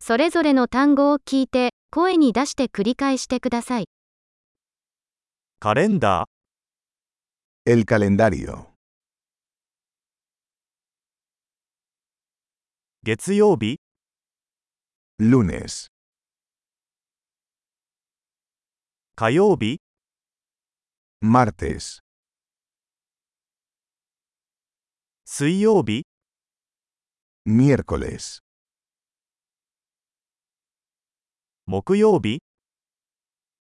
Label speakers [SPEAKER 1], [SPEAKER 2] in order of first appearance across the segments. [SPEAKER 1] それぞれの単語を聞いて、声に出して繰り返してください。
[SPEAKER 2] カレンダー、
[SPEAKER 3] El calendario.
[SPEAKER 2] 月曜日、
[SPEAKER 3] Lunes.
[SPEAKER 2] 火曜日、
[SPEAKER 3] Martes.
[SPEAKER 2] 水曜日、
[SPEAKER 3] Miércoles.
[SPEAKER 2] 木曜日、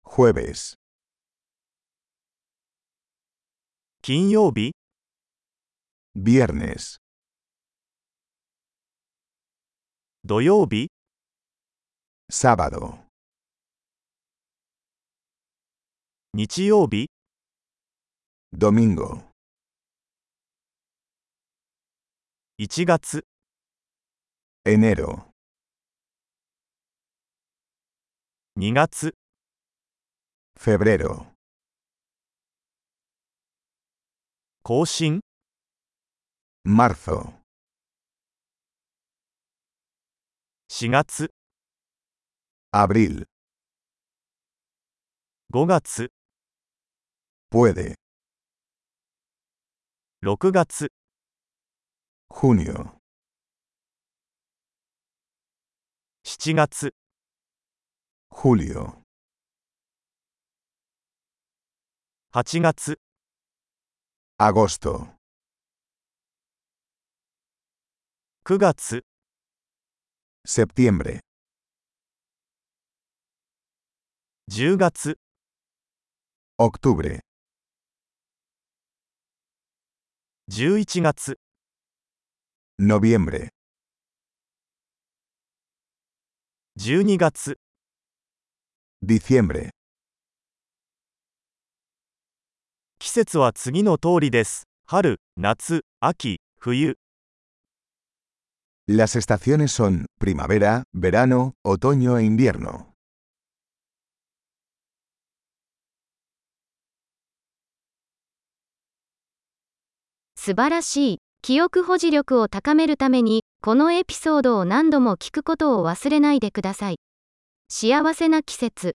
[SPEAKER 3] Jueves.
[SPEAKER 2] 金曜日、
[SPEAKER 3] Viernes.
[SPEAKER 2] 土曜日、
[SPEAKER 3] Sábado.
[SPEAKER 2] 日曜日、
[SPEAKER 3] Domingo.
[SPEAKER 2] 1月、
[SPEAKER 3] Enero.
[SPEAKER 2] 2月、
[SPEAKER 3] Febrero.
[SPEAKER 2] 更新、
[SPEAKER 3] Marzo.
[SPEAKER 2] 4月、
[SPEAKER 3] Abril.
[SPEAKER 2] 5月、
[SPEAKER 3] Puede.
[SPEAKER 2] 6月、
[SPEAKER 3] Junio.
[SPEAKER 2] 7月、
[SPEAKER 3] Julio.
[SPEAKER 2] 8月、
[SPEAKER 3] Agosto.
[SPEAKER 2] 9月、
[SPEAKER 3] Septiembre.
[SPEAKER 2] 10月、
[SPEAKER 3] Octubre.
[SPEAKER 2] 11月、
[SPEAKER 3] Noviembre.
[SPEAKER 2] 12月、
[SPEAKER 3] Diciembre.
[SPEAKER 2] 季節は次の通りです。春、夏、秋、冬。
[SPEAKER 3] Las estaciones son primavera, verano, otoño e invierno.
[SPEAKER 1] 素晴らしい。記憶保持力を高めるために、このエピソードを何度も聞くことを忘れないでください。幸せな季節。